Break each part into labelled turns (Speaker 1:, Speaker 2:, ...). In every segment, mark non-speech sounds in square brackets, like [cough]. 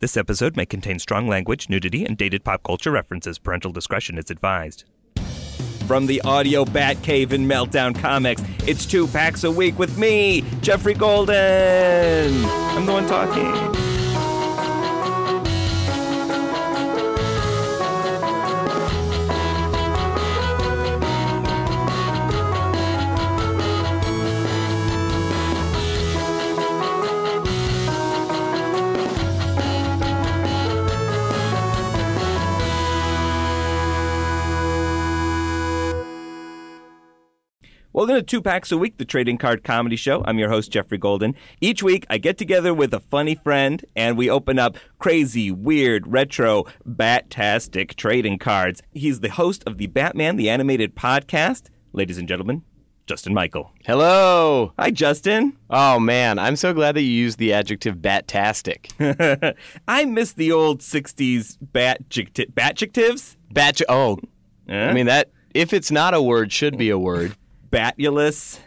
Speaker 1: This episode may contain strong language, nudity, and dated pop culture references. Parental discretion is advised. From the audio Batcave and Meltdown Comics, it's two packs a week with me, Jeffrey Golden. I'm going talking. Welcome to Two Packs a Week, the trading card comedy show. I'm your host, Jeffrey Golden. Each week, I get together with a funny friend and we open up crazy, weird, retro, batastic trading cards. He's the host of the Batman the Animated podcast. Ladies and gentlemen, Justin Michael.
Speaker 2: Hello.
Speaker 1: Hi, Justin. [laughs]
Speaker 2: Oh man, I'm so glad that you used the adjective [laughs] batastic.
Speaker 1: I miss the old 60s bat batjectives.
Speaker 2: Bat. Oh,
Speaker 1: Eh?
Speaker 2: I mean that. If it's not a word, should be a word.
Speaker 1: Batulus,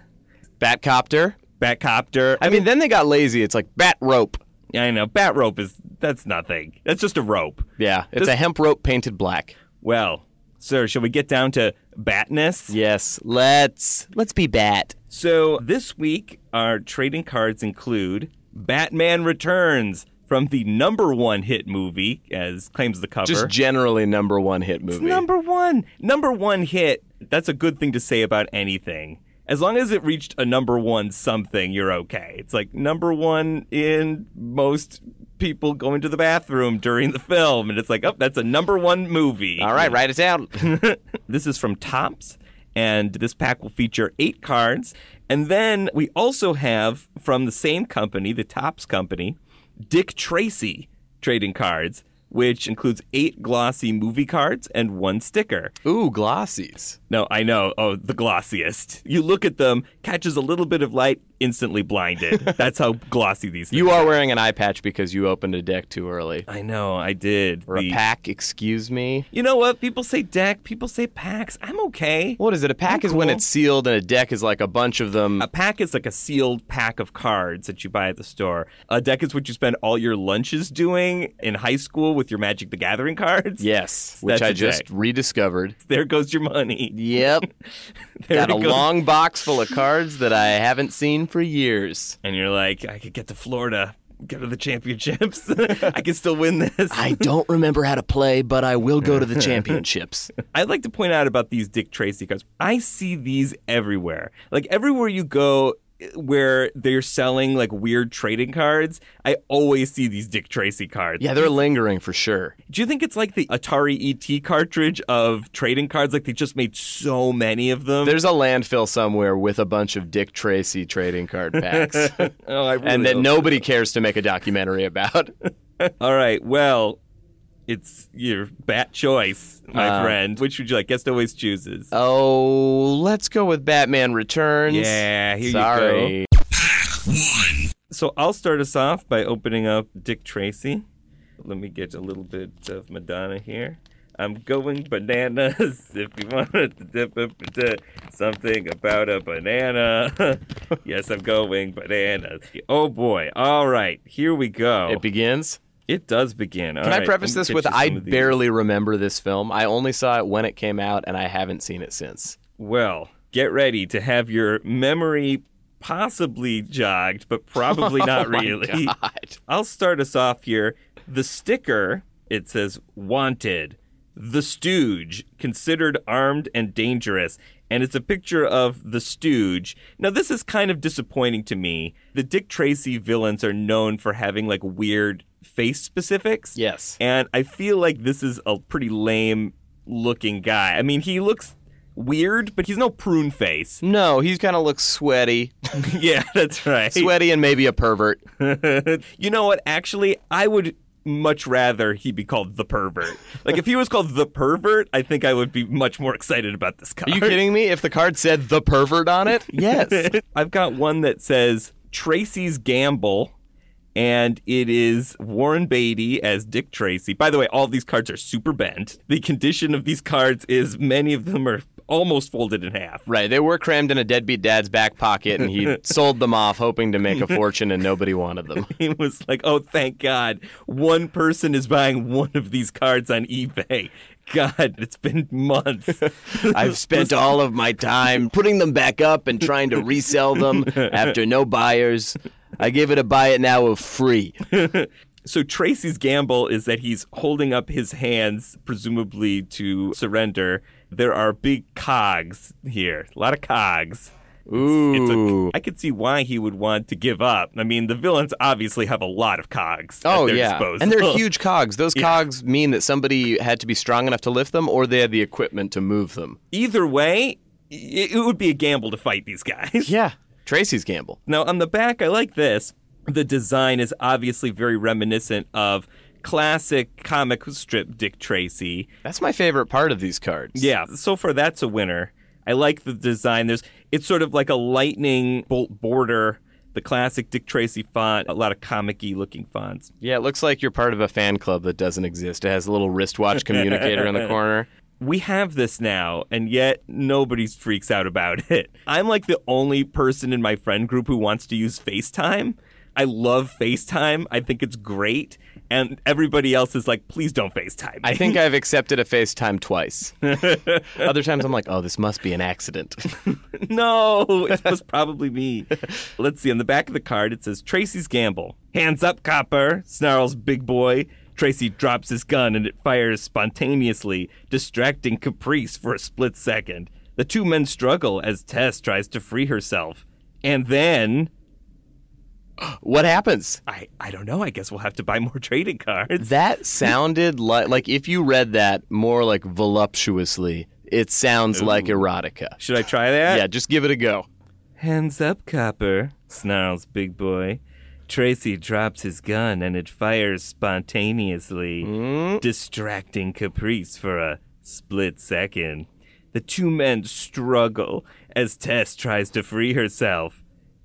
Speaker 2: Batcopter.
Speaker 1: Batcopter.
Speaker 2: I mean, then they got lazy. It's like bat rope.
Speaker 1: I know, bat rope is, that's nothing. That's just a rope.
Speaker 2: Yeah, it's a hemp rope painted black.
Speaker 1: Well, sir, shall we get down to batness?
Speaker 2: Yes. Let's let's be bat.
Speaker 1: So this week, our trading cards include Batman Returns from the number one hit movie, as claims the cover.
Speaker 2: Just generally number one hit movie.
Speaker 1: number one, number one hit. That's a good thing to say about anything. As long as it reached a number one something, you're okay. It's like number one in most people going to the bathroom during the film, and it's like, oh, that's a number one movie.
Speaker 2: All right, write it down.
Speaker 1: This is from Tops, and this pack will feature eight cards. And then we also have from the same company, the Tops company, Dick Tracy trading cards, which includes eight glossy movie cards and one sticker.
Speaker 2: [laughs] Ooh, glossies.
Speaker 1: No, I know. Oh, the glossiest. You look at them, catches a little bit of light, instantly
Speaker 2: [laughs]
Speaker 1: blinded. That's how glossy these things
Speaker 2: You are wearing an eye patch because you opened a deck too early.
Speaker 1: I know, I did.
Speaker 2: Or a
Speaker 1: The-
Speaker 2: pack, excuse me.
Speaker 1: You know what? People say deck, people say packs. I'm okay.
Speaker 2: What is it? A pack is when
Speaker 1: cool.
Speaker 2: it's sealed, and a deck is like a bunch of them.
Speaker 1: A pack is like a sealed pack of cards that you buy at the store. A deck is what you spend all your lunches doing in high school with your Magic the Gathering cards.
Speaker 2: Yes, which
Speaker 1: That's a
Speaker 2: I just
Speaker 1: deck.
Speaker 2: rediscovered.
Speaker 1: There goes your money.
Speaker 2: [laughs] Yep.
Speaker 1: There
Speaker 2: Got a
Speaker 1: it goes.
Speaker 2: long box full of cards that I haven't seen for years.
Speaker 1: And you're like, I could get to Florida, go to the championships. [laughs] I can still win this.
Speaker 2: I don't remember how to play, but I will
Speaker 1: [laughs]
Speaker 2: go to the championships.
Speaker 1: I'd like to point out about these Dick Tracy cards. I see these everywhere. Like everywhere you go eh, where they're selling like weird trading cards, I always see these Dick Tracy cards.
Speaker 2: Yeah, they're lingering for sure.
Speaker 1: Do you think it's like the Atari ET cartridge of trading cards? Like they just made so many of them. [laughs]
Speaker 2: There's a landfill somewhere with a bunch of Dick Tracy trading card packs,
Speaker 1: [laughs] oh, I really
Speaker 2: and that
Speaker 1: hope-
Speaker 2: nobody cares to make a documentary about.
Speaker 1: All right, well, it's your bat choice, my
Speaker 2: Uh,
Speaker 1: friend. Which would you like? Guest always chooses.
Speaker 2: [laughs] Oh, let's go with Batman Returns.
Speaker 1: yeah, here you go.
Speaker 2: Sorry.
Speaker 1: So I'll start us off by opening up Dick Tracy. Let me get a little bit of Madonna here. I'm going bananas. [laughs] If you wanted to dip up into something about a banana, [laughs] yes, I'm going bananas. Oh boy! All right, here we go.
Speaker 2: It begins.
Speaker 1: It does begin. All
Speaker 2: Can I
Speaker 1: right,
Speaker 2: preface
Speaker 1: let me
Speaker 2: this
Speaker 1: get
Speaker 2: with
Speaker 1: you some
Speaker 2: I
Speaker 1: of these.
Speaker 2: barely remember this film. I only saw it when it came out, and I haven't seen it since.
Speaker 1: Well, get ready to have your memory possibly jogged, but
Speaker 2: [laughs]
Speaker 1: probably not really.
Speaker 2: Oh
Speaker 1: [laughs]
Speaker 2: God.
Speaker 1: I'll start us off here. The sticker, it says wanted. The Stooge, considered armed and dangerous. And it's a picture of the Stooge. Now, this is kind of disappointing to me. The Dick Tracy villains are known for having like weird face specifics.
Speaker 2: Yes.
Speaker 1: And I feel like this is a pretty lame looking guy. I mean, he looks weird, but he's no prune face.
Speaker 2: No, he kind of looks sweaty,
Speaker 1: [laughs] yeah, [laughs] that's right.
Speaker 2: sweaty, and maybe a pervert.
Speaker 1: [laughs] you know what? Actually, I would much rather he be called the pervert. Like if he was called the pervert, I think I would be much more excited about this card.
Speaker 2: Are you kidding me? If the card said "the pervert"
Speaker 1: [laughs]
Speaker 2: on it, yes.
Speaker 1: I've got one that says Tracy's Gamble, and it is Warren Beatty as Dick Tracy. By the way, all these cards are super bent. The condition of these cards is many of them are almost folded in half.
Speaker 2: Right. They were crammed in a deadbeat dad's back pocket,
Speaker 1: [laughs]
Speaker 2: and he sold them off, hoping to make a fortune, and nobody wanted them.
Speaker 1: It [laughs] was like, oh, thank God, one person is buying one of these cards on eBay. God, it's been
Speaker 2: [laughs]
Speaker 1: months.
Speaker 2: I've spent all of my time putting them back up and trying to
Speaker 1: [laughs]
Speaker 2: resell them after no buyers. I give it a buy it now of free.
Speaker 1: So Tracy's gamble is that he's holding up his hands, presumably to surrender. There are big cogs here, a lot of cogs. It's
Speaker 2: Ooh.
Speaker 1: a, I could see why he would want to give up. I mean, the villains obviously have a lot of cogs. at
Speaker 2: Oh
Speaker 1: their
Speaker 2: yeah,
Speaker 1: disposal.
Speaker 2: and they're huge cogs. Those cogs mean that somebody had to be strong enough to lift them, or they had the equipment to move them.
Speaker 1: [laughs] Either way, i- it would be a gamble to fight these guys.
Speaker 2: Yeah, Tracy's gamble.
Speaker 1: Now, on the back, I like this. The design is obviously very reminiscent of classic comic strip Dick Tracy.
Speaker 2: That's my favorite part of these cards.
Speaker 1: Yeah, so far that's a winner. I like the design. There's it's sort of like a lightning bolt border, the classic Dick Tracy font, a lot of comic-y looking fonts.
Speaker 2: yeah. It looks like you're part of a fan club that doesn't exist. It has a little wristwatch communicator in [laughs] the corner.
Speaker 1: We have this now, and yet nobody freaks out about [laughs] it. I'm like the only person in my friend group who wants to use FaceTime. I love FaceTime. I think it's great. And everybody else is like, please don't FaceTime.
Speaker 2: I
Speaker 1: me."
Speaker 2: think I've accepted a FaceTime [laughs] twice. Other times I'm like, oh, this must be an accident.
Speaker 1: [laughs]
Speaker 2: [laughs]
Speaker 1: No, it was probably me. Let's see. On the back of the card, it says Tracy's Gamble. Hands up, copper, snarls Big Boy. Tracy drops his gun and it fires spontaneously, distracting Caprice for a split second. The two men struggle as Tess tries to free herself. And then,
Speaker 2: what happens?
Speaker 1: I, I don't know, I guess we'll have to buy more [laughs] trading cards.
Speaker 2: That sounded like like if you read that more like voluptuously, it sounds like erotica.
Speaker 1: Should I try that?
Speaker 2: Yeah, just give it a go.
Speaker 1: Hands up, copper, snarls Big Boy. Tracy drops his gun and it fires spontaneously,
Speaker 2: Hmm?
Speaker 1: distracting Caprice for a split second. The two men struggle as Tess tries to free herself.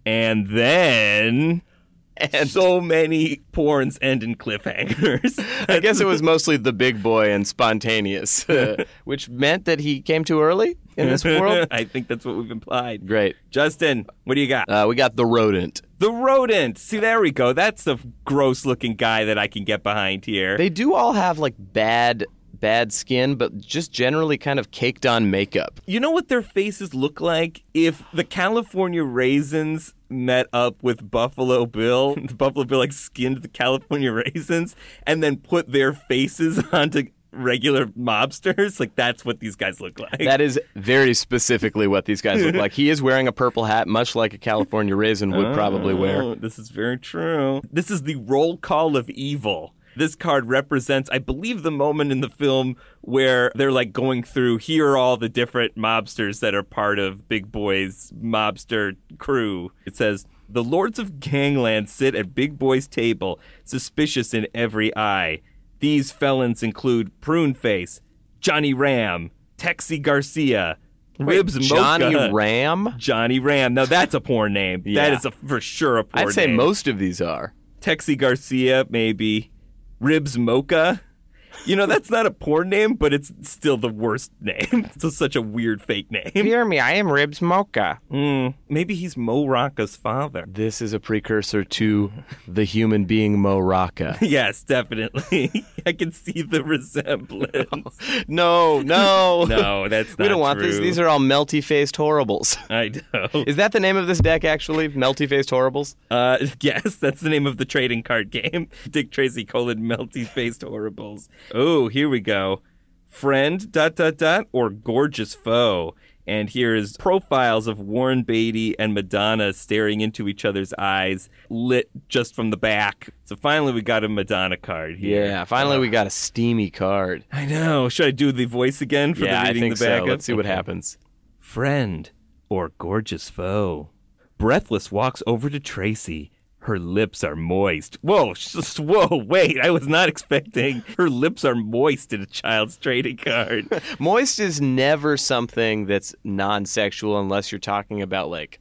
Speaker 1: And then. so many porns end in
Speaker 2: [laughs]
Speaker 1: cliffhangers.
Speaker 2: I guess it was mostly the big boy and [laughs] spontaneous, which meant that he came too early in this world.
Speaker 1: [laughs] I think that's what we've implied.
Speaker 2: [laughs] Great.
Speaker 1: Justin, what do you got?
Speaker 2: Uh, we got the rodent.
Speaker 1: The rodent. See, there we go. That's the gross looking guy that I can get behind here.
Speaker 2: They do all have like bad, bad skin, but just generally kind of caked on [laughs] makeup.
Speaker 1: you know what their faces look like? If the California raisins met up with Buffalo Bill, [laughs] Buffalo Bill like skinned the California [laughs] raisins and then put their faces [laughs] onto regular mobsters. Like that's what these guys look like.
Speaker 2: That is very specifically what these guys look like. He is wearing a purple hat, much like a California raisin would probably wear.
Speaker 1: Oh, This is very true. This is the roll call of evil. This card represents, I believe, the moment in the film where they're like going through here are all the different mobsters that are part of Big Boy's mobster crew. It says, The lords of gangland sit at Big Boy's table, suspicious in every eye. These felons include Pruneface, Johnny Ram, Texi Garcia, Ribs
Speaker 2: Johnny
Speaker 1: Mocha.
Speaker 2: Ram?
Speaker 1: Johnny Ram. Now that's a porn name. That
Speaker 2: Yeah.
Speaker 1: is a, for sure a porn
Speaker 2: I'd say
Speaker 1: name.
Speaker 2: most of these are.
Speaker 1: Texi Garcia, maybe Ribs Mocha. You know that's not a porn name, but it's still the worst name. [laughs] It's just such a weird fake name.
Speaker 2: Hear me, I am Ribs Mocha.
Speaker 1: Mm, maybe he's Mo Rocca's father.
Speaker 2: This is a precursor to the human being Mo Rocca.
Speaker 1: Yes, definitely. [laughs] I can see the resemblance.
Speaker 2: No, [laughs] no.
Speaker 1: [laughs] No, that's not
Speaker 2: [laughs] We don't want
Speaker 1: true.
Speaker 2: this. These are all melty faced horribles. [laughs]
Speaker 1: I know.
Speaker 2: Is that the name of this deck actually? Melty faced horribles?
Speaker 1: Uh, [laughs] yes, that's the name of the trading card game. [laughs] Dick Tracy colon melty faced horribles. Oh, here we go. Friend dot dot dot or gorgeous foe. And here is profiles of Warren Beatty and Madonna staring into each other's eyes, lit just from the back. So finally, we got a Madonna card here.
Speaker 2: Yeah. Finally we got a steamy card.
Speaker 1: I know. Should I do the voice again for
Speaker 2: yeah,
Speaker 1: the
Speaker 2: I
Speaker 1: reading
Speaker 2: think
Speaker 1: the back?
Speaker 2: so.
Speaker 1: up?
Speaker 2: Let's see what
Speaker 1: Okay
Speaker 2: happens.
Speaker 1: friend or gorgeous foe. Breathless walks over to Tracy. Her lips are moist. Whoa, [laughs] sh- whoa, wait. I was not expecting. Her lips are moist in a child's trading card.
Speaker 2: Moist is never something that's non sexual unless you're talking about like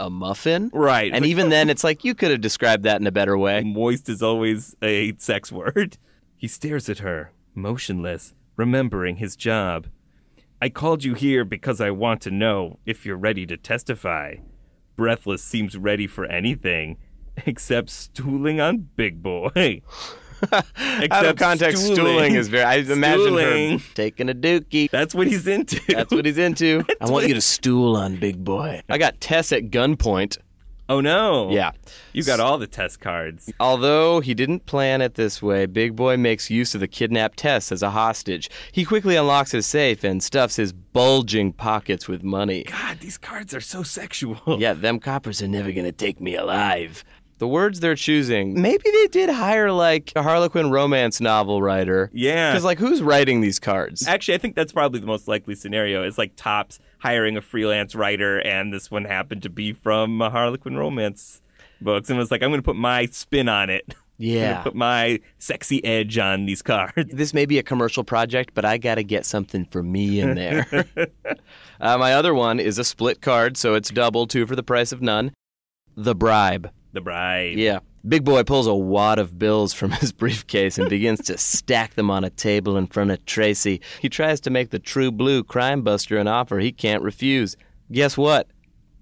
Speaker 2: a muffin.
Speaker 1: Right.
Speaker 2: And even then it's like you could have described that in a better way.
Speaker 1: moist is always a sex word. He stares at her, motionless, remembering his job. I called you here because I want to know if you're ready to testify. Breathless seems ready for anything [laughs] except stooling on Big Boy.
Speaker 2: Out of
Speaker 1: Except
Speaker 2: context, stooling, is very. I imagine her.
Speaker 1: Stooling.
Speaker 3: Taking a dookie.
Speaker 1: That's what he's into.
Speaker 3: That's what he's into. I want you to stool on Big Boy.
Speaker 2: I got Tess at gunpoint.
Speaker 1: [laughs] oh no.
Speaker 2: Yeah.
Speaker 1: You got all the test cards.
Speaker 2: Although he didn't plan it this way, Big Boy makes use of the kidnapped Tess as a hostage. He quickly unlocks his safe and stuffs his bulging pockets with money.
Speaker 1: God, these cards are so sexual.
Speaker 2: Yeah, them coppers are never
Speaker 3: Gonna take me alive.
Speaker 2: The words they're choosing, maybe they did hire like a Harlequin romance novel writer.
Speaker 1: Yeah.
Speaker 2: Because, like, who's writing these cards?
Speaker 1: Actually, I think that's probably the most likely scenario. It's like Tops hiring a freelance writer, and this one happened to be from a Harlequin romance books, and was like, "I'm going to put my spin on it. [laughs] I'm going
Speaker 3: Yeah.
Speaker 1: to put my sexy edge on these cards."
Speaker 2: This may be a commercial project, but I gotta get something for me in there. uh, my other one is a split card, so it's double, two for the price of none. The bribe.
Speaker 1: The bride.
Speaker 2: Yeah. Big Boy pulls a wad of bills from his briefcase and begins to stack them on a table in front of Tracy. He tries to make the true blue crime buster an offer he can't refuse. Guess what?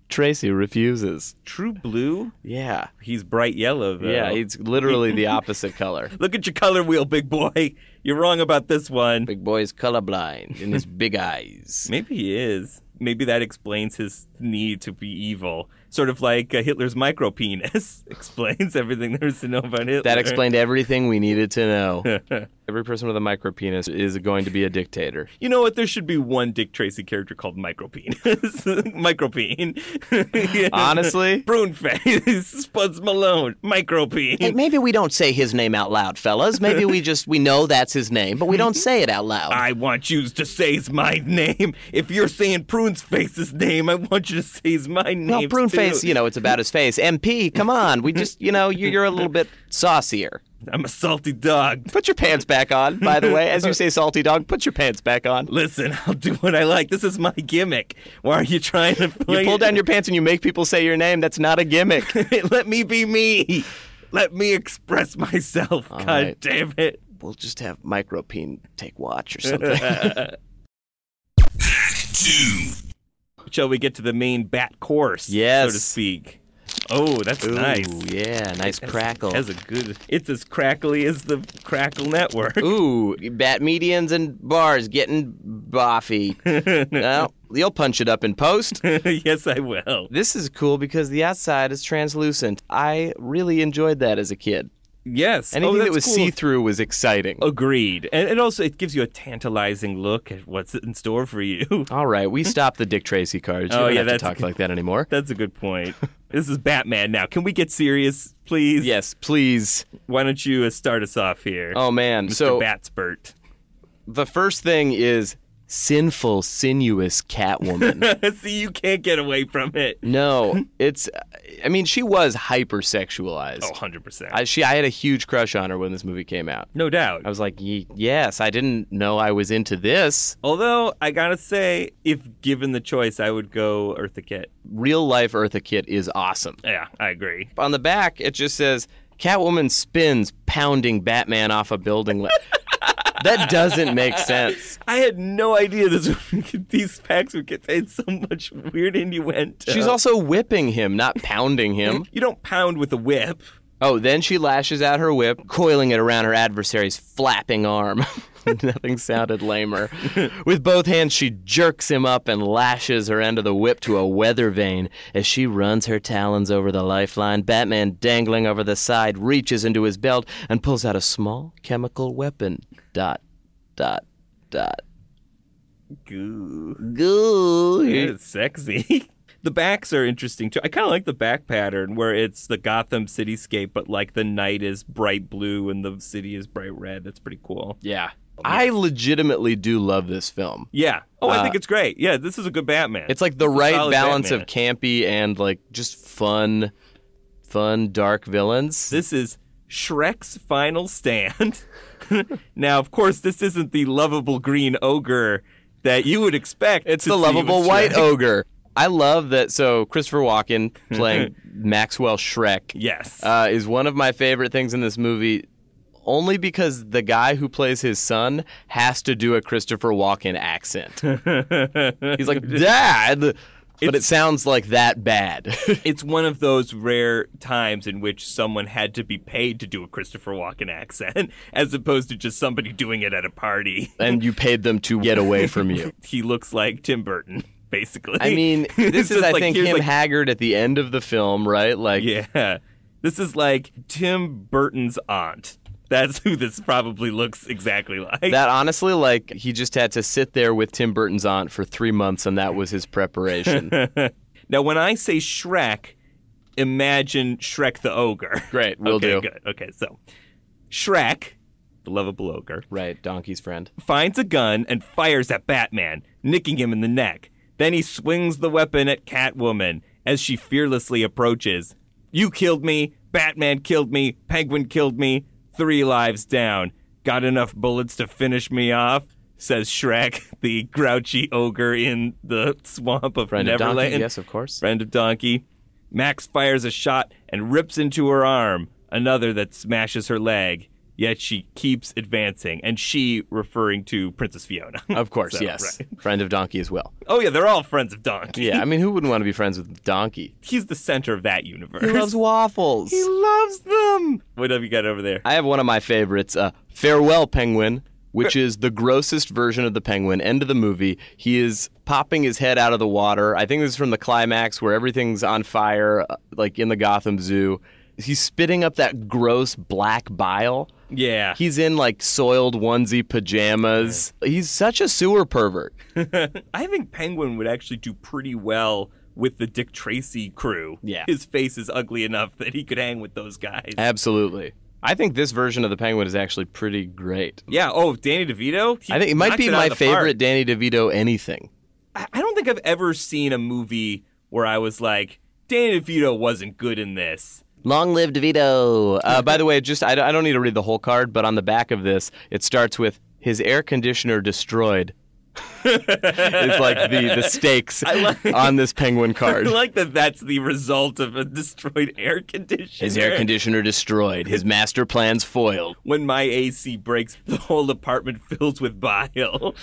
Speaker 2: Tracy refuses.
Speaker 1: True blue.
Speaker 2: Yeah.
Speaker 1: He's bright yellow though.
Speaker 2: Yeah, it's literally the opposite color.
Speaker 1: Look at your color wheel, big boy. [laughs] You're wrong about this one.
Speaker 2: Big Boy's colorblind in his big eyes.
Speaker 1: Maybe he is. Maybe that explains his need to be evil. Sort of like uh, Hitler's micro penis [laughs] explains everything there is to know about Hitler.
Speaker 2: That explained everything we needed
Speaker 3: [laughs]
Speaker 2: to know. Every person with a micro penis is going to be a dictator.
Speaker 1: You know what? There should be one Dick Tracy character called Micropenis. [laughs] Micropeen. [laughs] You know?
Speaker 2: Honestly?
Speaker 1: Bruneface, [laughs] Spuds Malone,
Speaker 3: Hey,
Speaker 1: Micropeen.
Speaker 3: maybe we don't say his name out loud, fellas. Maybe we just we know that's his name, but we don't say it out loud.
Speaker 1: I want you to say my name. If you're saying Prune's face's name, I want you to say my name.
Speaker 3: Well, prune
Speaker 1: too.
Speaker 3: face, you know, it's about his face. MP, come on. We just, you know, you- you're a little bit saucier.
Speaker 1: I'm a salty dog.
Speaker 3: Put your pants back on, by the way. As you say, salty dog, put your pants back on.
Speaker 1: Listen, [laughs] I'll do what I like. This is my gimmick. Why are you trying to
Speaker 3: You
Speaker 1: play
Speaker 3: pull
Speaker 1: it?
Speaker 3: down your pants and you make people say your name. That's not a gimmick.
Speaker 1: [laughs] Let me be me. Let me express myself. God
Speaker 3: right.
Speaker 1: damn it.
Speaker 3: we'll just have micropene take watch or something.
Speaker 1: Shall we get to the main bat course?
Speaker 2: Yes.
Speaker 1: So to speak. Oh, that's [laughs] nice.
Speaker 2: Ooh, yeah, nice crackle.
Speaker 1: That's a good. It's as crackly as the Crackle Network. [laughs]
Speaker 2: Ooh, bat medians and bars getting
Speaker 1: [laughs]
Speaker 2: boffy. well, you'll punch it up in post.
Speaker 1: yes, I will.
Speaker 2: This is cool because the outside is translucent. I really enjoyed that as a kid.
Speaker 1: Yes.
Speaker 2: Anything
Speaker 1: oh,
Speaker 2: that
Speaker 1: that's
Speaker 2: was
Speaker 1: cool. Oh.
Speaker 2: see through was exciting.
Speaker 1: Agreed. And it also it gives you a tantalizing look at what's in store for you.
Speaker 2: All
Speaker 1: [laughs]
Speaker 2: right, we stopped the Dick Tracy cards. You
Speaker 1: Oh,
Speaker 2: don't
Speaker 1: yeah,
Speaker 2: have to
Speaker 1: that's- [laughs]
Speaker 2: talk like that anymore.
Speaker 1: That's a good point. this is Batman now. Can we get serious, please?
Speaker 2: Yes, please.
Speaker 1: Why don't you uh, start us off here?
Speaker 2: Oh man.
Speaker 1: Mr.
Speaker 2: So
Speaker 1: Batspert. [laughs]
Speaker 2: the first thing is sinful,
Speaker 1: [laughs]
Speaker 2: sinuous Catwoman.
Speaker 1: See, you can't get away from it.
Speaker 2: no, it's. I mean, she was hypersexualized.
Speaker 1: Oh, 100%.
Speaker 2: I, she, I had a huge crush on her when this movie came out.
Speaker 1: no doubt.
Speaker 2: I was like, "Ye- yes, I didn't know I was into this.
Speaker 1: Although I gotta say, if given the choice, I would go Eartha Kitt.
Speaker 2: Real life Eartha Kitt is awesome.
Speaker 1: Yeah, I agree.
Speaker 2: On the back, it just says Catwoman spins pounding Batman off a building. li-" [laughs] that doesn't make sense.
Speaker 1: I had no idea this [laughs] would get- these facts would contain so much weird innuendo.
Speaker 2: She's also whipping him, not pounding him.
Speaker 1: you don't pound with a whip.
Speaker 2: Oh, then she lashes out her whip, coiling it around her adversary's flapping arm. [laughs] Nothing sounded lamer. With both hands, she jerks him up and lashes her end of the whip to a weather vane. As she runs her talons over the lifeline, Batman, dangling over the side, reaches into his belt and pulls out a small chemical weapon. Dot, dot, dot.
Speaker 1: Goo.
Speaker 2: Goo.
Speaker 1: It's
Speaker 2: [laughs]
Speaker 1: sexy. The backs are interesting too. I kind of like the back pattern where it's the Gotham cityscape, but like the night is bright blue and the city is bright red. That's pretty cool.
Speaker 2: Yeah. I legitimately do love this film.
Speaker 1: Yeah. Oh, I think it's great. Yeah, this is a good Batman.
Speaker 2: Uh, It's like the right
Speaker 1: solid
Speaker 2: balance
Speaker 1: Batman.
Speaker 2: of campy and like just fun, fun dark villains.
Speaker 1: This is Shrek's final stand. [laughs] now, of course, this isn't the lovable green ogre that you would expect.
Speaker 2: It's
Speaker 1: to
Speaker 2: the
Speaker 1: see with
Speaker 2: lovable white
Speaker 1: Shrek.
Speaker 2: ogre. I love that. So Christopher Walken
Speaker 1: [laughs]
Speaker 2: playing Maxwell Shrek
Speaker 1: Yes. [laughs]
Speaker 2: uh, is one of my favorite things in this movie. only because the guy who plays his son has to do a Christopher
Speaker 1: [laughs]
Speaker 2: Walken accent. He's like, Dad! But it
Speaker 1: It's-
Speaker 2: sounds like that bad. [laughs]
Speaker 1: It's one of those rare times in which someone had to be paid to do a Christopher Walken accent, [laughs] as opposed to just somebody doing it at a party. [laughs]
Speaker 2: and you paid them to get away from you.
Speaker 1: He looks like Tim Burton, [laughs] basically.
Speaker 2: I [laughs] mean, this
Speaker 1: It's
Speaker 2: is,
Speaker 1: just
Speaker 2: I
Speaker 1: like,
Speaker 2: think,
Speaker 1: here's,
Speaker 2: him
Speaker 1: like,
Speaker 2: haggard at the end of the film, right? Like,
Speaker 1: Yeah. This is like Tim Burton's aunt. That's who this probably looks exactly like.
Speaker 2: that honestly, like, he just had to sit there with Tim Burton's aunt for three months, and that was his [laughs] preparation.
Speaker 1: now, when I say Shrek, imagine Shrek the ogre.
Speaker 2: Great,
Speaker 1: [laughs]
Speaker 2: will
Speaker 1: okay,
Speaker 2: do.
Speaker 1: Good. Okay, so Shrek, the lovable ogre,
Speaker 2: Right, Donkey's friend.
Speaker 1: finds a gun and fires at Batman, nicking him in the neck. Then he swings the weapon at Catwoman as she fearlessly approaches. You killed me, Batman killed me, Penguin killed me, three lives down. Got enough bullets to finish me off, says Shrek, [laughs] the grouchy ogre in the swamp of
Speaker 2: Friend of
Speaker 1: Neverland.
Speaker 2: Donkey, yes, of course.
Speaker 1: Friend of Donkey. Max fires a shot and rips into her arm, another that smashes her leg. Yet she keeps advancing, and she referring to Princess Fiona. [laughs]
Speaker 2: Of course,
Speaker 1: So,
Speaker 2: yes.
Speaker 1: right.
Speaker 2: Friend of Donkey as [laughs] well.
Speaker 1: Oh yeah, they're all friends of Donkey.
Speaker 2: Yeah, I mean, who wouldn't want to be friends with Donkey?
Speaker 1: he's the center of that universe.
Speaker 2: He loves
Speaker 1: [laughs]
Speaker 2: waffles.
Speaker 1: He loves them. What have you got over there?
Speaker 2: I have one of my favorites, uh, Farewell Penguin, which is the grossest version of the penguin. End of the movie. He is popping his head out of the water. I think this is from the climax where everything's on fire, uh, like in the Gotham Zoo. He's spitting up that gross black bile.
Speaker 1: Yeah,
Speaker 2: He's in like soiled onesie pajamas. He's such a sewer pervert.
Speaker 1: [laughs] I think Penguin would actually do pretty well with the Dick Tracy crew.
Speaker 2: Yeah. Uh,
Speaker 1: his face is ugly enough that he could hang with those guys.
Speaker 2: Absolutely. I think this version of the penguin is actually pretty great.
Speaker 1: Yeah. Oh, Danny DeVito. He
Speaker 2: I think it might
Speaker 1: knocks
Speaker 2: be
Speaker 1: out
Speaker 2: my
Speaker 1: of the park.
Speaker 2: favorite Danny DeVito anything.
Speaker 1: I I don't think I've ever seen a movie where I was like, Danny DeVito wasn't good in this.
Speaker 2: Long live DeVito. Uh, by the way, just I, don't- I don't need to read the whole card, but on the back of this, it starts with his air
Speaker 1: [laughs]
Speaker 2: conditioner destroyed. it's like the, the stakes
Speaker 1: like-
Speaker 2: on this penguin card.
Speaker 1: I like that that's the result of a [laughs] destroyed air conditioner.
Speaker 2: his air conditioner destroyed. His master plans foiled.
Speaker 1: When my AC breaks, the whole apartment [laughs] fills with bile.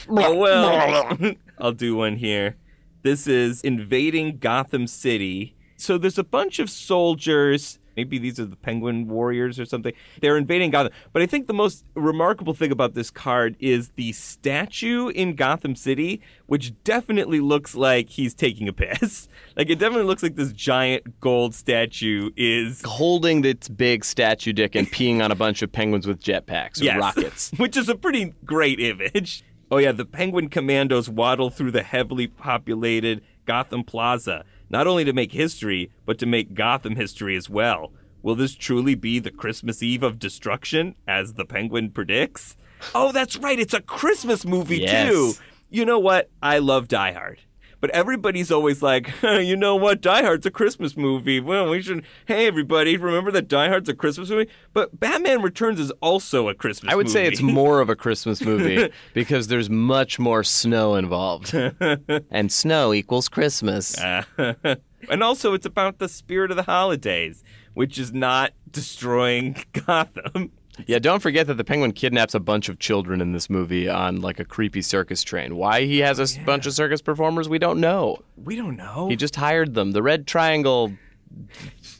Speaker 1: oh, well. [laughs] I'll do one here. This is invading Gotham City. So there's a bunch of soldiers. Maybe these are the Penguin Warriors or something. They're invading Gotham. But I think the most remarkable thing about this card is the statue in Gotham City, which definitely looks like he's taking a piss. [laughs] Like, it definitely looks like this giant gold statue is
Speaker 2: Holding this big statue dick and peeing on a bunch of penguins with jetpacks or
Speaker 1: Yes.
Speaker 2: rockets.
Speaker 1: [laughs] Which is a pretty great image. Oh, yeah, the Penguin Commandos waddle through the heavily populated Gotham Plaza, not only to make history, but to make Gotham history as well. Will this truly be the Christmas Eve of destruction, as the Penguin predicts? Oh, that's right, it's a Christmas movie,
Speaker 2: Yes.
Speaker 1: too. You know what? I love Die Hard. But everybody's always like, [laughs] "Huh, you know what? Die Hard's a Christmas movie. Well, we should. Hey, everybody, remember that Die Hard's a Christmas movie? But Batman Returns is also a Christmas movie.
Speaker 2: I would say it's more of
Speaker 1: [laughs]
Speaker 2: a Christmas movie because there's much more snow
Speaker 1: [laughs]
Speaker 2: involved. and snow equals Christmas.
Speaker 1: [laughs] and also, it's about the spirit of the holidays, which is not destroying [laughs] Gotham.
Speaker 2: Yeah, don't forget that the penguin kidnaps a bunch of children in this movie on like a creepy circus train. Why he
Speaker 1: Oh,
Speaker 2: has a s- bunch of circus performers, we don't know.
Speaker 1: We don't know.
Speaker 2: He just hired them, the Red Triangle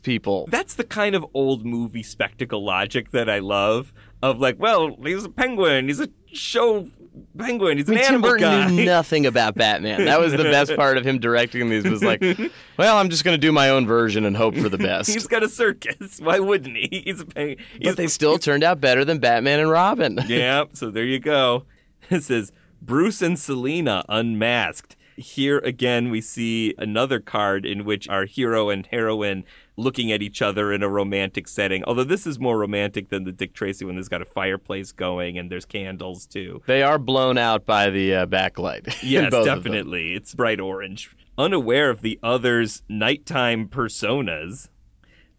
Speaker 2: people.
Speaker 1: That's the kind of old movie spectacle logic that I love. Of like, well, he's a penguin. He's a show penguin. He's an
Speaker 2: Tim
Speaker 1: animal
Speaker 2: Burton
Speaker 1: guy. [laughs]
Speaker 2: knew nothing about Batman. That was the best part of him directing these was like, well, I'm just going to do my own version and hope for the
Speaker 1: He's
Speaker 2: best.
Speaker 1: got a circus. [laughs] Why wouldn't he? He's a penguin.
Speaker 2: But they still turned out better than Batman and Robin.
Speaker 1: [laughs] yeah, so there you go. [laughs] This is Bruce and Selena unmasked. Here again, we see another card in which our hero and heroine looking at each other in a romantic setting. Although this is more romantic than the Dick Tracy one. There's got a fireplace going and there's candles too.
Speaker 2: They are blown out by the uh, backlight. in
Speaker 1: Yes,
Speaker 2: both of them.
Speaker 1: definitely. It's bright orange. Unaware of the other's nighttime personas,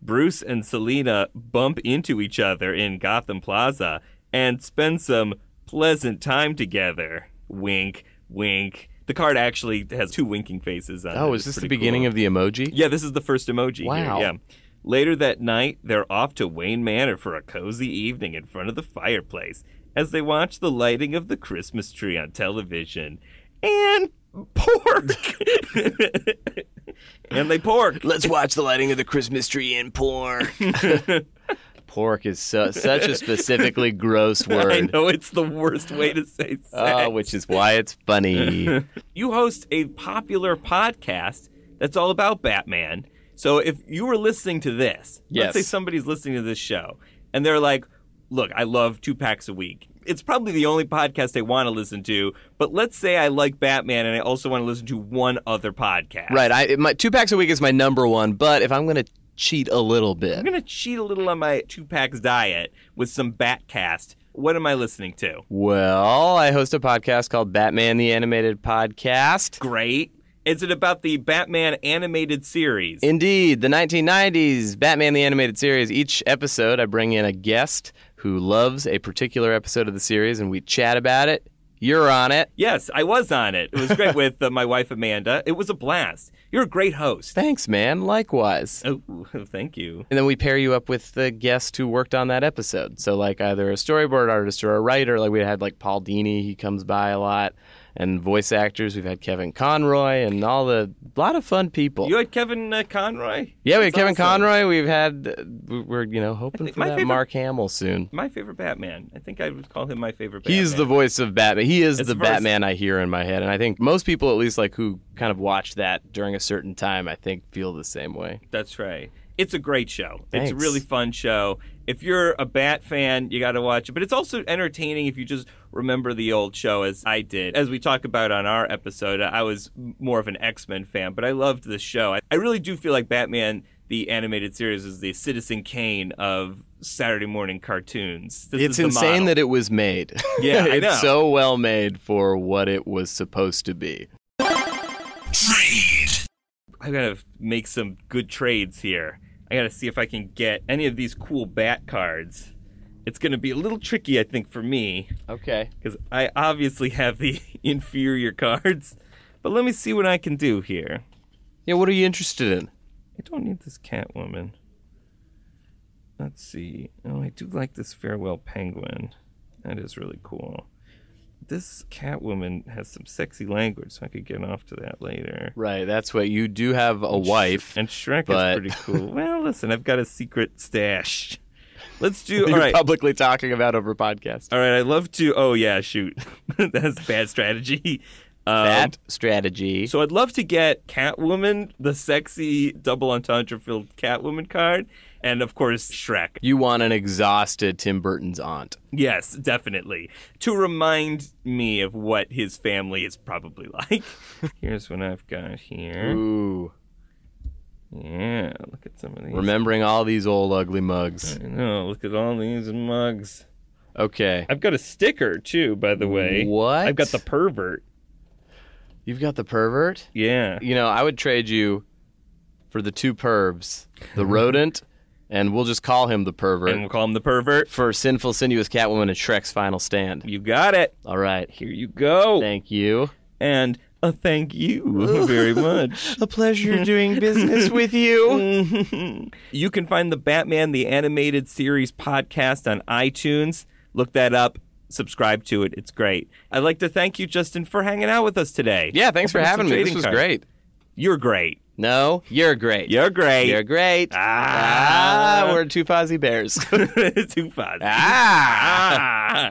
Speaker 1: Bruce and Selena bump into each other in Gotham Plaza and spend some pleasant time together. Wink, wink. The card actually has two winking faces on it.
Speaker 2: Oh, is
Speaker 1: It's
Speaker 2: this the
Speaker 1: pretty
Speaker 2: beginning
Speaker 1: cool.
Speaker 2: of the emoji?
Speaker 1: Yeah, this is the first emoji.
Speaker 2: Wow.
Speaker 1: Here. Yeah. Later that night, they're off to Wayne Manor for a cozy evening in front of the fireplace as they watch the lighting of the Christmas tree on television and
Speaker 2: [laughs]
Speaker 1: pork. [laughs] and they pork.
Speaker 3: Let's watch the lighting of the Christmas tree and pork.
Speaker 2: [laughs] Pork is so, such a
Speaker 3: [laughs]
Speaker 2: specifically gross word.
Speaker 1: I know it's the worst way to say sex.
Speaker 2: Oh, which is why it's
Speaker 3: [laughs]
Speaker 2: funny.
Speaker 1: you host a popular podcast that's all about Batman. So if you were listening to this,
Speaker 2: Yes.
Speaker 1: let's say somebody's listening to this show and they're like, look, I love two packs a week. It's probably the only podcast they want to listen to, but let's say I like Batman and I also want to listen to one other podcast.
Speaker 2: right. I it- my two packs a week is my number one, but if I'm gonna cheat a little
Speaker 1: I'm
Speaker 2: bit,
Speaker 1: going to cheat a little on my two packs diet with some Batcast. What am I listening to?
Speaker 2: well, I host a podcast called Batman the Animated Podcast.
Speaker 1: Great. Is it about the Batman animated series?
Speaker 2: Indeed, the 1990s Batman the Animated Series. Each episode, I bring in a guest who loves a particular episode of the series and we chat about it. You're on it.
Speaker 1: Yes, I was on it. It was
Speaker 2: [laughs]
Speaker 1: great with uh, my wife Amanda. It was a blast. You're a great host.
Speaker 2: Thanks, man. Likewise.
Speaker 1: Oh, [laughs] thank you.
Speaker 2: And then we pair you up with the guest who worked on that episode. So, like, either a storyboard artist or a writer. Like, we had, like, Paul Dini, he comes by a lot, and voice actors. We've had Kevin Conroy and all the, lot of fun people.
Speaker 1: You had Kevin uh, Conroy.
Speaker 2: yeah, we had
Speaker 1: That's
Speaker 2: Kevin
Speaker 1: awesome.
Speaker 2: Conroy. We've had, uh, we- we're, you know, hoping
Speaker 1: think
Speaker 2: for
Speaker 1: my
Speaker 2: that
Speaker 1: favorite-
Speaker 2: Mark Hamill soon.
Speaker 1: My favorite Batman. I think I would call him my favorite. Batman.
Speaker 2: He's the voice of Batman. He is
Speaker 1: It's
Speaker 2: the
Speaker 1: the first-
Speaker 2: Batman I hear in my head. And I think most people, at least, like, who kind of watched that during a certain time, I think feel the same way.
Speaker 1: That's right. It's a great show. It's a
Speaker 2: Thanks.
Speaker 1: really fun show. If you're a Bat fan, you got to watch it. But it's also entertaining if you just remember the old show as I did. As we talk about on our episode, I was more of an X Men fan, but I loved the show. I, I really do feel like Batman, the animated series, is the Citizen Kane of Saturday morning cartoons. This
Speaker 2: it's
Speaker 1: is the
Speaker 2: insane
Speaker 1: model.
Speaker 2: that it was made.
Speaker 1: [laughs]
Speaker 2: [laughs]
Speaker 1: Yeah, I
Speaker 2: it's
Speaker 1: know.
Speaker 2: so well made for what it was supposed to be.
Speaker 1: I gotta make some good trades here. I gotta see if I can get any of these cool Bat cards. It's gonna be a little tricky, I think, for me.
Speaker 2: Okay.
Speaker 1: because I obviously have the [laughs] inferior cards. But let me see what I can do here.
Speaker 2: Yeah, what are you interested in?
Speaker 1: I don't need this Catwoman. Let's see. Oh, I do like this Farewell Penguin. That is really cool. This Catwoman has some sexy language, so I could get off to that later.
Speaker 2: Right, that's what you do have a
Speaker 1: [laughs]
Speaker 2: wife.
Speaker 1: And Shrek
Speaker 2: But-
Speaker 1: is pretty
Speaker 2: [laughs]
Speaker 1: cool. well, listen, I've got a secret stash. Let's
Speaker 2: [laughs]
Speaker 1: do.
Speaker 2: that
Speaker 1: All
Speaker 2: You're
Speaker 1: right.
Speaker 2: publicly talking about over podcast.
Speaker 1: all right. I love to. Oh, yeah, shoot. [laughs] That's bad strategy. Um,
Speaker 2: that strategy.
Speaker 1: So I'd love to get Catwoman, the sexy double entendre filled Catwoman card, and of course Shrek.
Speaker 2: you want an exhausted Tim Burton's aunt.
Speaker 1: Yes, definitely. To remind me of what his family is probably [laughs] like. Here's what I've got here.
Speaker 2: Ooh.
Speaker 1: Yeah, look at some of these.
Speaker 2: Remembering all these old ugly mugs.
Speaker 1: I know, look at all these mugs.
Speaker 2: Okay.
Speaker 1: I've got a sticker too, by the way.
Speaker 2: What?
Speaker 1: I've got the pervert.
Speaker 2: You've got the pervert?
Speaker 1: Yeah.
Speaker 2: You know, I would trade you for the two pervs, the rodent, and we'll just call him the pervert.
Speaker 1: Mm-hmm. And we'll call him the pervert.
Speaker 2: for Sinful Sinuous Catwoman and Shrek's Final Stand.
Speaker 1: You got it.
Speaker 2: All right.
Speaker 1: Here you go.
Speaker 2: Thank you.
Speaker 1: and a thank you [laughs] very much.
Speaker 2: A pleasure [laughs] doing business with you.
Speaker 1: you can find the Batman the Animated Series podcast on iTunes. Look that up, subscribe to it. It's great. I'd like to thank you, Justin, for hanging out with us today.
Speaker 2: Yeah, thanks for
Speaker 1: Open up
Speaker 2: having
Speaker 1: some
Speaker 2: me. This
Speaker 1: trading
Speaker 2: was
Speaker 1: cards.
Speaker 2: great.
Speaker 1: You're great.
Speaker 2: No, you're great.
Speaker 1: You're great.
Speaker 2: You're great. Ah, we're two Fozzie
Speaker 1: [laughs]
Speaker 2: Bears.
Speaker 1: Too fun.
Speaker 2: ah.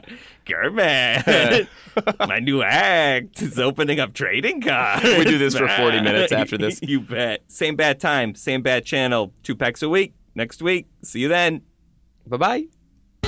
Speaker 1: Ah,
Speaker 2: [laughs]
Speaker 1: German. My new act is opening up trading cards.
Speaker 2: We do this for 40 minutes after this.
Speaker 1: [laughs] you bet. Same bad time, same bad channel. Two packs a week. Next week. See you then.
Speaker 2: Bye bye.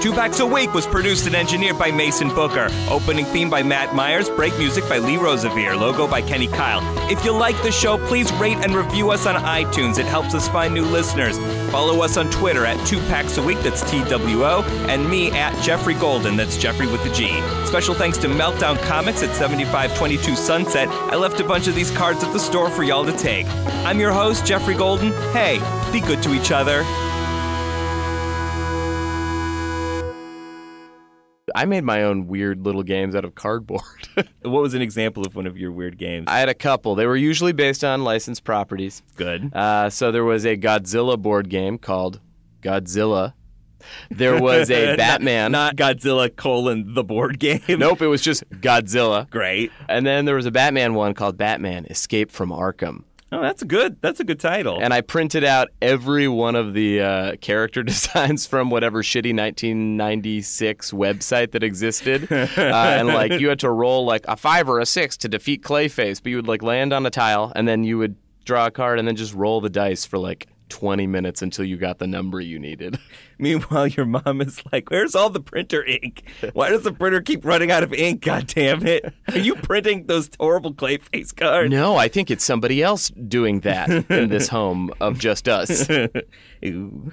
Speaker 1: Two Packs a Week was produced and engineered by Mason Booker. Opening theme by Matt Myers. Break music by Lee Rosevere. Logo by Kenny Kyle. If you like the show, please rate and review us on iTunes. It helps us find new listeners. Follow us on Twitter at Two Packs a Week, that's TWO, and me at Jeffrey Golden, that's Jeffrey with the G. Special thanks to Meltdown Comics at 7522 Sunset. I left a bunch of these cards at the store for y'all to take. I'm your host, Jeffrey Golden. Hey, be good to each other.
Speaker 2: I made my own weird little games out of cardboard. [laughs]
Speaker 1: What was an example of one of your weird games?
Speaker 2: I had a couple. They were usually based on licensed properties.
Speaker 1: Good.
Speaker 2: Uh, so there was a Godzilla board game called Godzilla. There
Speaker 1: [laughs]
Speaker 2: was a Batman.
Speaker 1: Not Godzilla colon the board game.
Speaker 2: nope, it was just Godzilla.
Speaker 1: Great.
Speaker 2: And then there was a Batman one called Batman Escape from Arkham.
Speaker 1: Oh, that's good. That's a good title.
Speaker 2: And I printed out every one of the uh, character [laughs] designs from whatever shitty 1996 website that existed. Uh, and like you had to roll like a five or a six to defeat Clayface, but you would like land on a tile and then you would draw a card and then just roll the dice for like 20 minutes until you got the number you needed.
Speaker 1: Meanwhile, your mom is like, "Where's all the printer ink? Why does the printer keep running out of ink? God damn it! Are you printing those horrible clayface cards?"
Speaker 2: No, I think it's somebody else doing that in this home of just us.
Speaker 1: [laughs] Ooh.